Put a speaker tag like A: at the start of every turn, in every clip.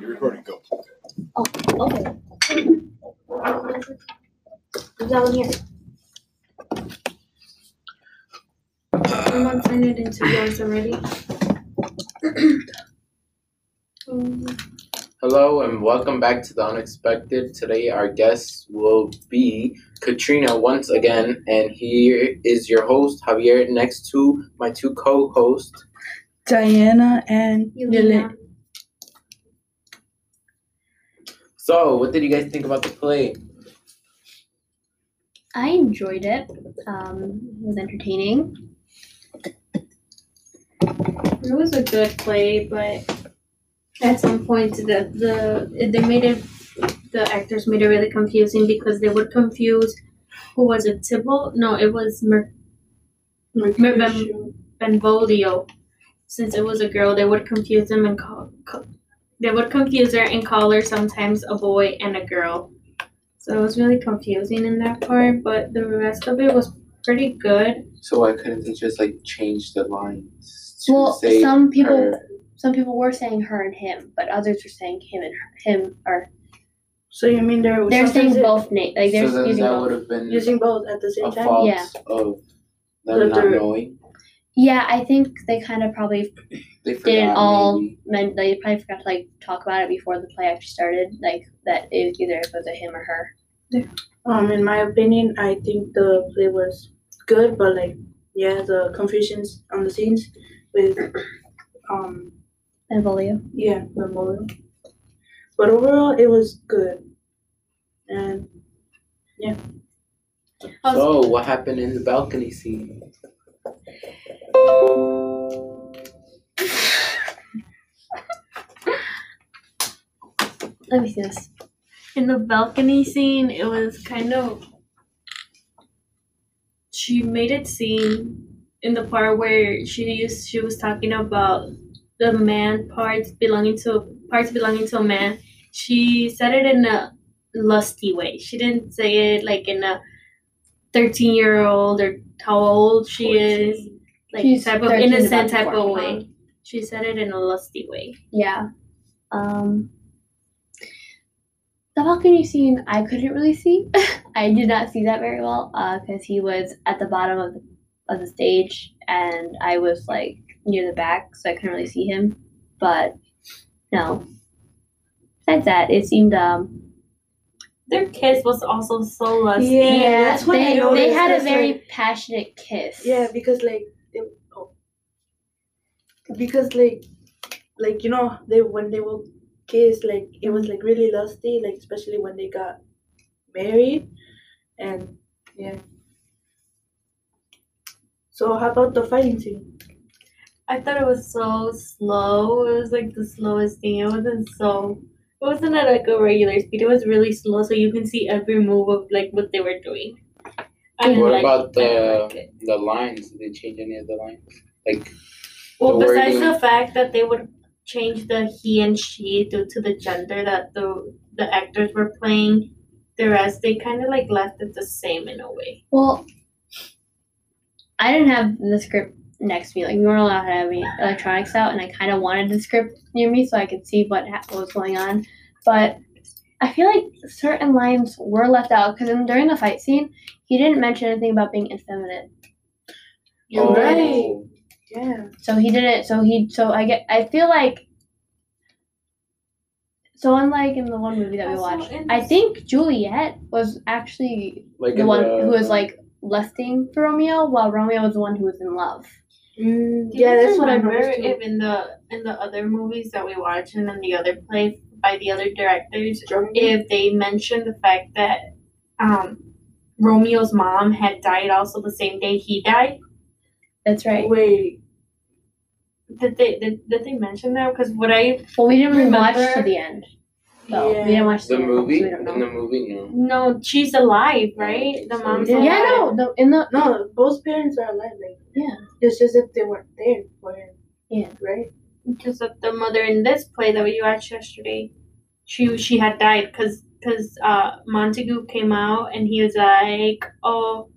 A: You're recording, go.
B: Okay. Does that one here?
C: Everyone sign it into yours already?
D: Hello and welcome back to the unexpected. Today our guests will be Katrina once again, and here is your host Javier next to my two co-hosts.
E: Diana and Lily.
C: Yelena.
D: So, what did you guys think about the play?
B: I enjoyed it. Um, it was entertaining.
C: It was a good play, but at some point the the they made it the actors made it really confusing because they would confuse who was it Tibble? No, it was Mer- Mercutio. Benvolio. Since it was a girl, they would confuse them and call, ca- they would confuse her and call her sometimes a boy and a girl. So it was really confusing in that part, but the rest of it was pretty good.
D: So why couldn't they just like change the lines to
B: Well,
D: say
B: some people
D: her?
B: some people were saying her and him, but others were saying him and her, him or
E: So you mean there was
B: they're
E: sometimes
B: saying
E: it-
B: both names. Like they're
D: so then
B: using
D: that
B: both.
D: would have been
E: using both at the same
D: a
E: time?
D: fault
B: Yeah.
D: of
E: The-
D: them not
E: the-
D: knowing.
B: Yeah, I think they kind of probably
D: They forgot
B: all-
D: maybe.
B: meant they probably forgot to like talk about it before the play actually started. Like that it either it was a him or her.
E: Um, in my opinion, I think the play was good, but like, yeah, the confusions on the scenes with, um,
B: And Volio.
E: yeah, the model. But overall, it was good. And
D: So what happened in the balcony scene?
B: Let me see this.
C: in the balcony scene, it was kind of. She made it seem in the part where she used she was talking about the man parts belonging to parts belonging to a man. She said it in a lusty way. She didn't say it like in a thirteen year old or how old she is, like
B: She's
C: type of
B: 13 to
C: innocent
B: about Uh-huh.
C: type of
B: 14.
C: way. She said it in a lusty way.
B: Yeah. Um the balcony scene I couldn't really see. I did not see that very well because he was at the bottom of the, of the stage and I was like near the back, so I couldn't really see him. But no. Besides that, it seemed um
C: Their kiss was also so lusty.
E: Yeah, that's what I
B: they, they
E: noticed,
B: had a
E: that's
B: very passionate kiss.
E: yeah, because like, they, oh. because like, like you know, they when they were kids, like it was like really lusty, like especially when they got married, and yeah. So how about the fighting scene?
C: I thought it was so slow. It was like the slowest thing. It wasn't so. It wasn't at like a regular speed. It was really slow, so you can see every move of like what they were doing. I didn't
D: What
C: like
D: about
C: it. I didn't
D: the
C: like it.
D: the lines? Did they change any of the lines? Like
C: Well,
D: the
C: besides
D: wording?
C: the fact that they would change the he and she due to the gender that the the actors were playing, the rest they kind of like left it the same in a way.
B: Well, I didn't have the script next to me. Like, we weren't allowed to have any electronics out, and I kind of wanted the script near me so I could see what, ha- what was going on. But I feel like certain lines were left out because during the fight scene, he didn't mention anything about being effeminate.
E: You're
D: oh,
E: right. Yeah.
B: So he didn't. So he. So I get. I feel like. So unlike in the one movie that we
C: Also,
B: watched,
C: in
B: I
C: this-
B: think Juliet was actually
D: Like
B: the
D: in
B: one
D: the,
B: who
E: uh,
B: was like lusting for Romeo, while Romeo was the one who was in love.
C: Do you
E: Mm, yeah,
C: guys
E: that's what I
C: remember
E: noticed too.
C: If in the in the other movies that we watched and in the other plays by the other directors, if they mentioned the fact that um, Romeo's mom had died also the same day he died,
B: That's right.
E: Wait,
C: did they did, did they mention that? Because what I
B: Well, we didn't watch
C: Remember-
B: to the end, so
E: Oh, yeah.
B: we didn't watch to
D: the
B: the, end,
D: movie.
B: So we don't
D: In
B: know.
D: the movie, no.
C: no, she's alive, right? The
D: So-
C: mom's
E: Yeah.
C: alive.
B: yeah, no, the, in the
E: no, both parents are alive. Like,
B: Yeah.
E: It's just that they weren't there for him.
B: Yeah.
E: Right.
C: because of the mother in this play that we watched yesterday, she she had died because uh, Montague came out and he was like, oh,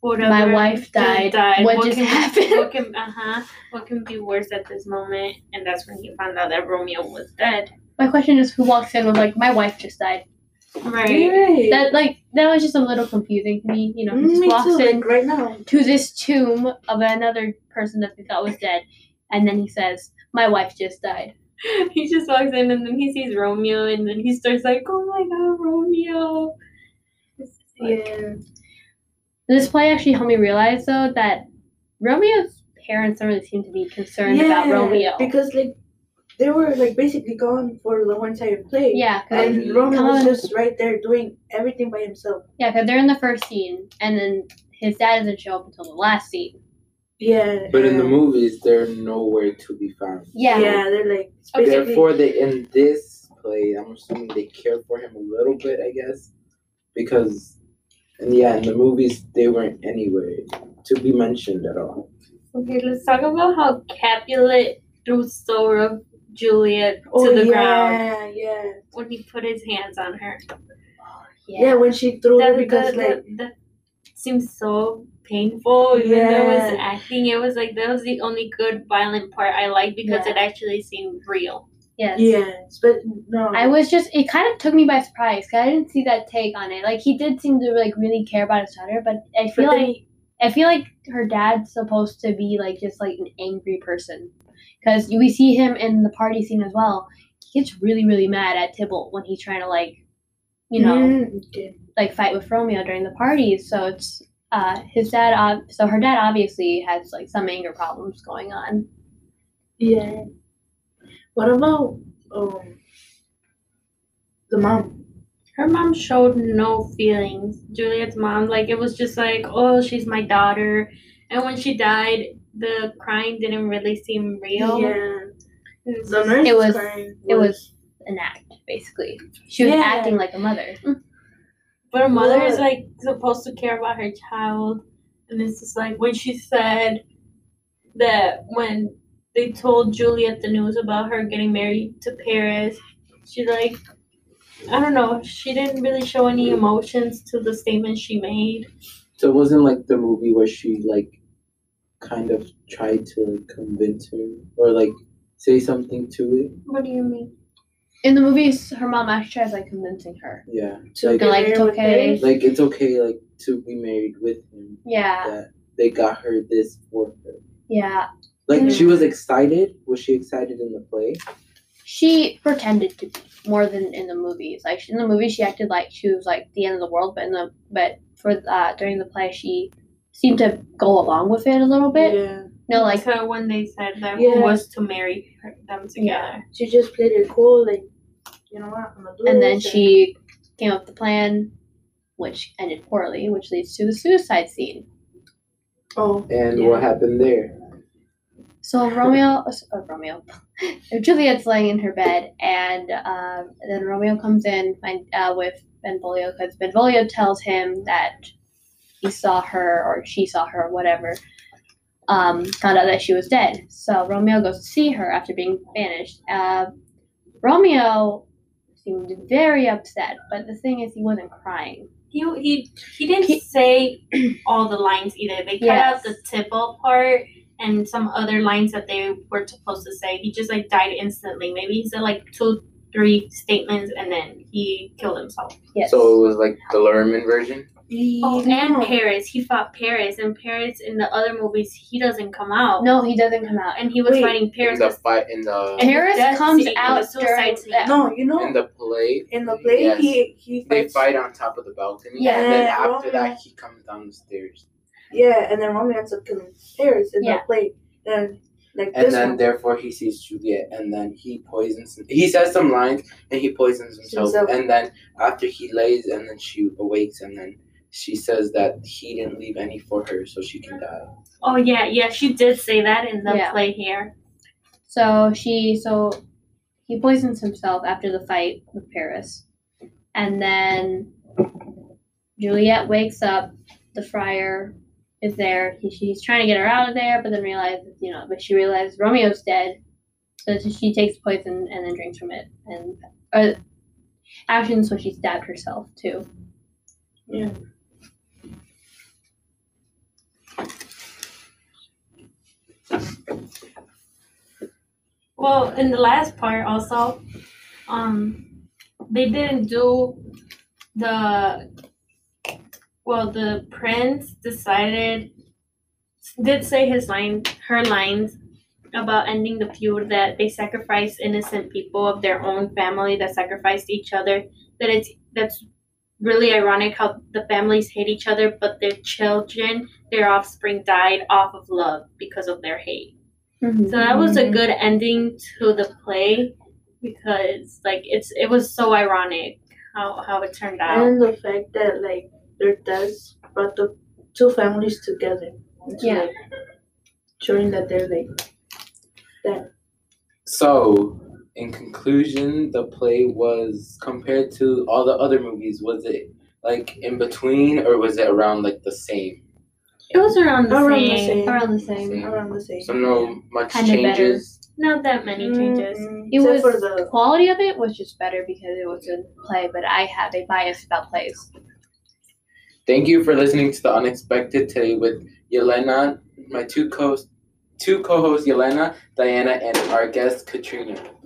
C: whatever.
B: my wife
C: just
B: died. What, just
C: can, uh-huh,
B: happened?
C: What can uh huh? What can be worse at this moment? And that's when he found out that Romeo was dead.
B: My question is, who walks in with like my wife just died?
C: Right.
E: Right.
B: That like that was just a little confusing to me. You know, he
E: Mm,
B: just
E: me
B: walks
E: too,
B: in
E: like right now.
B: to this tomb of another person that they thought was dead, and then he says, "My wife just died."
C: He just walks in and then he sees Romeo and then he starts like, oh my god, Romeo. It's just like-
E: Yeah.
B: This play actually helped me realize though that Romeo's parents don't really seem to be concerned about
E: Yeah,
B: Romeo.
E: Because like they were like basically gone for the one entire play.
B: yeah, cause,
E: And Roman
B: Come
E: was
B: on.
E: just right there doing everything by himself.
B: yeah, because they're in the first scene, and then his dad doesn't show up until the last scene.
E: Yeah.
D: But in the
E: and-
D: movies, they're nowhere to be found.
B: Yeah,
E: they're like it's
C: Okay.
E: basically
D: Therefore, they in this play, I'm assuming they care for him a little bit, I guess, because and yeah, in the movies they weren't anywhere to be mentioned at all.
C: Okay, let's talk about how Capulet threw Sora Juliet to
E: oh,
C: the
E: yeah,
C: ground
E: Yeah.
C: when he put his hands on her.
E: yeah. when she threw
C: That,
E: it Oh, because
C: that,
E: like
C: that, that seems so painful. Even though it was
E: Yeah.
C: acting, it was like that was the only good violent part I liked because
B: Yeah.
C: it actually seemed real.
B: Yes.
E: yeah, but no.
B: I was just it kind of took me by surprise because I didn't see that take on it. Like he did seem to like really care about his daughter, but I
E: but
B: feel
E: then
B: like I feel like her dad's supposed to be like just like an angry person because we see him in the party scene as well. He gets really really mad at Tybalt when he's trying to like you know
E: Mm, okay.
B: like fight with Romeo during the party. So it's uh his dad. Ob- so her dad obviously has like some anger problems going on.
E: Yeah. What about um the mom?
C: Her mom showed no feelings. Juliet's mom, like it was just like, oh, she's my daughter. And when she died, the crying didn't really seem real. Mm-hmm.
E: Yeah.
C: It was
E: The
C: just-
E: nurse
B: It was-
E: crying
B: It was an act basically. She was
E: Yeah.
B: acting like a mother.
C: But her mother is
E: Yeah.
C: like supposed to care about her child, and it's just like when she said that when they told Juliet the news about her getting married to Paris, she like I don't know, she didn't really show any emotions to the statement she made.
D: So it wasn't like the movie where she like kind of tried to convince her or like say something to it.
C: What do you mean?
B: In the movies, her mom actually tries like convincing her.
D: Yeah,
E: to
D: like-
E: get
B: Like, it's
E: married with
B: okay.
E: this.
D: like it's okay like to be married with him.
B: Yeah,
D: That they got her this for her.
B: yeah.
D: Like
E: Mm-hmm.
D: she was excited. Was she excited in the play?
B: She pretended to be more than in the movies. Like in the movie, she acted like she was like the end of the world, but in the but for uh, during the play, she seemed to go along with it a little bit.
E: Yeah.
B: No, like
C: so when they said that
E: Yeah.
C: who was to marry her, them together.
E: She just played it cool, like you know what, I'm gonna do
B: and then
E: this,
B: she came up with the plan, which ended poorly, which leads to the suicide scene.
E: Oh
D: And
E: Yeah.
D: what happened there?
B: So Romeo, oh, Romeo, Juliet's laying in her bed, and um, then Romeo comes in find, uh, with Benvolio because Benvolio tells him that he saw her or she saw her or whatever. Um, found out that she was dead. So Romeo goes to see her after being banished. Uh, Romeo seemed very upset, but the thing is, he wasn't crying.
C: He, he he didn't
B: He-
C: say all the lines either. They cut
B: Yes.
C: out the tipple part and some other lines that they were supposed to say. He just like died instantly. Maybe he said like two, three statements and then he killed himself.
B: Yes.
D: So it was like the Lerman version.
E: yeah.
C: Oh, and
E: No.
C: Paris. He fought Paris, and Paris in the other movies he doesn't come out.
B: no, he doesn't come out.
C: and he was
E: Wait.
C: fighting
D: In
C: Paris.
D: the fight in the
C: And
B: Paris
C: death
B: comes
C: scene and the
B: out
C: suicide
B: during
C: scene.
B: that.
E: No, you know
D: in the play.
E: in the play
D: Yes.
E: he he
D: They
E: fights
D: fight on top of the balcony, and then
E: Yeah.
D: after that, he comes down the stairs,
E: Yeah, and then Roman ends up killing Paris in
B: Yeah.
E: the play. And like
D: and
E: this
D: then
E: one.
D: therefore he sees Juliet, and then he poisons. He says some lines, and he poisons himself,
E: Himself.
D: and then after he lays, and then she awakes, and then she says that he didn't leave any for her, so she can die.
C: Oh yeah, yeah. She did say that in the
B: Yeah.
C: play here.
B: So she so he poisons himself after the fight with Paris. And then Juliet wakes up, the friar is there. He, she's trying to get her out of there, but then realizes, you know, but she realizes Romeo's dead. So she- she takes poison and then drinks from it. And or, actually, so she stabbed herself too.
C: Well, in the last part also, um they didn't do the well the prince decided did say his line her lines about ending the feud that they sacrifice innocent people of their own family that sacrificed each other that it's that's really ironic how the families hate each other but their children their offspring died off of love because of their hate
E: Mm-hmm.
C: so that was a good ending to the play because like it's it was so ironic how, how it turned out.
E: And the fact that like their deaths brought the two families together. to,
B: Yeah.
E: Like, showing that they're like
D: So, in conclusion, the play was compared to all the other movies. Was it like in between, or was it around like the same?
C: It was around the
E: around the
C: same.
E: same.
B: Around the same.
D: Same.
E: Around the same.
D: So no much
B: Kinda
D: changes.
C: Not that many changes.
E: Mm,
B: It
E: except
B: was
E: for
B: the
E: the
B: quality of it was just better because it was a play, but I have a bias about plays.
D: Thank you for listening to the unexpected today with Yelena, my two co two co-hosts Yelena, Diana, and our guest Katrina.